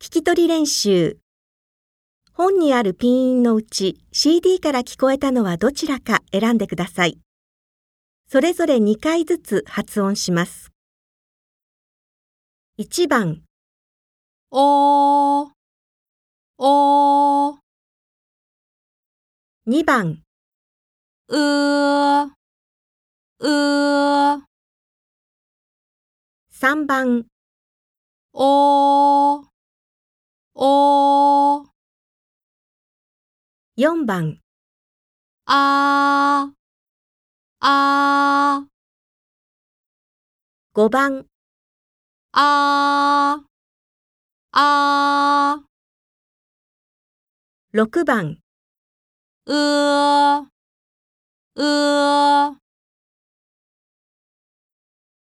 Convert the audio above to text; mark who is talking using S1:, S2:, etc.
S1: 聞き取り練習。本にあるピンのうち CD から聞こえたのはどちらか選んでください。それぞれ2回ずつ発音します。1番、
S2: おーおー
S1: 2番、
S2: うーうー
S1: 3番、
S2: おーおー
S1: 4番、
S2: あーあー
S1: 5番、
S2: あーあー
S1: 6番、
S2: 呃うーうー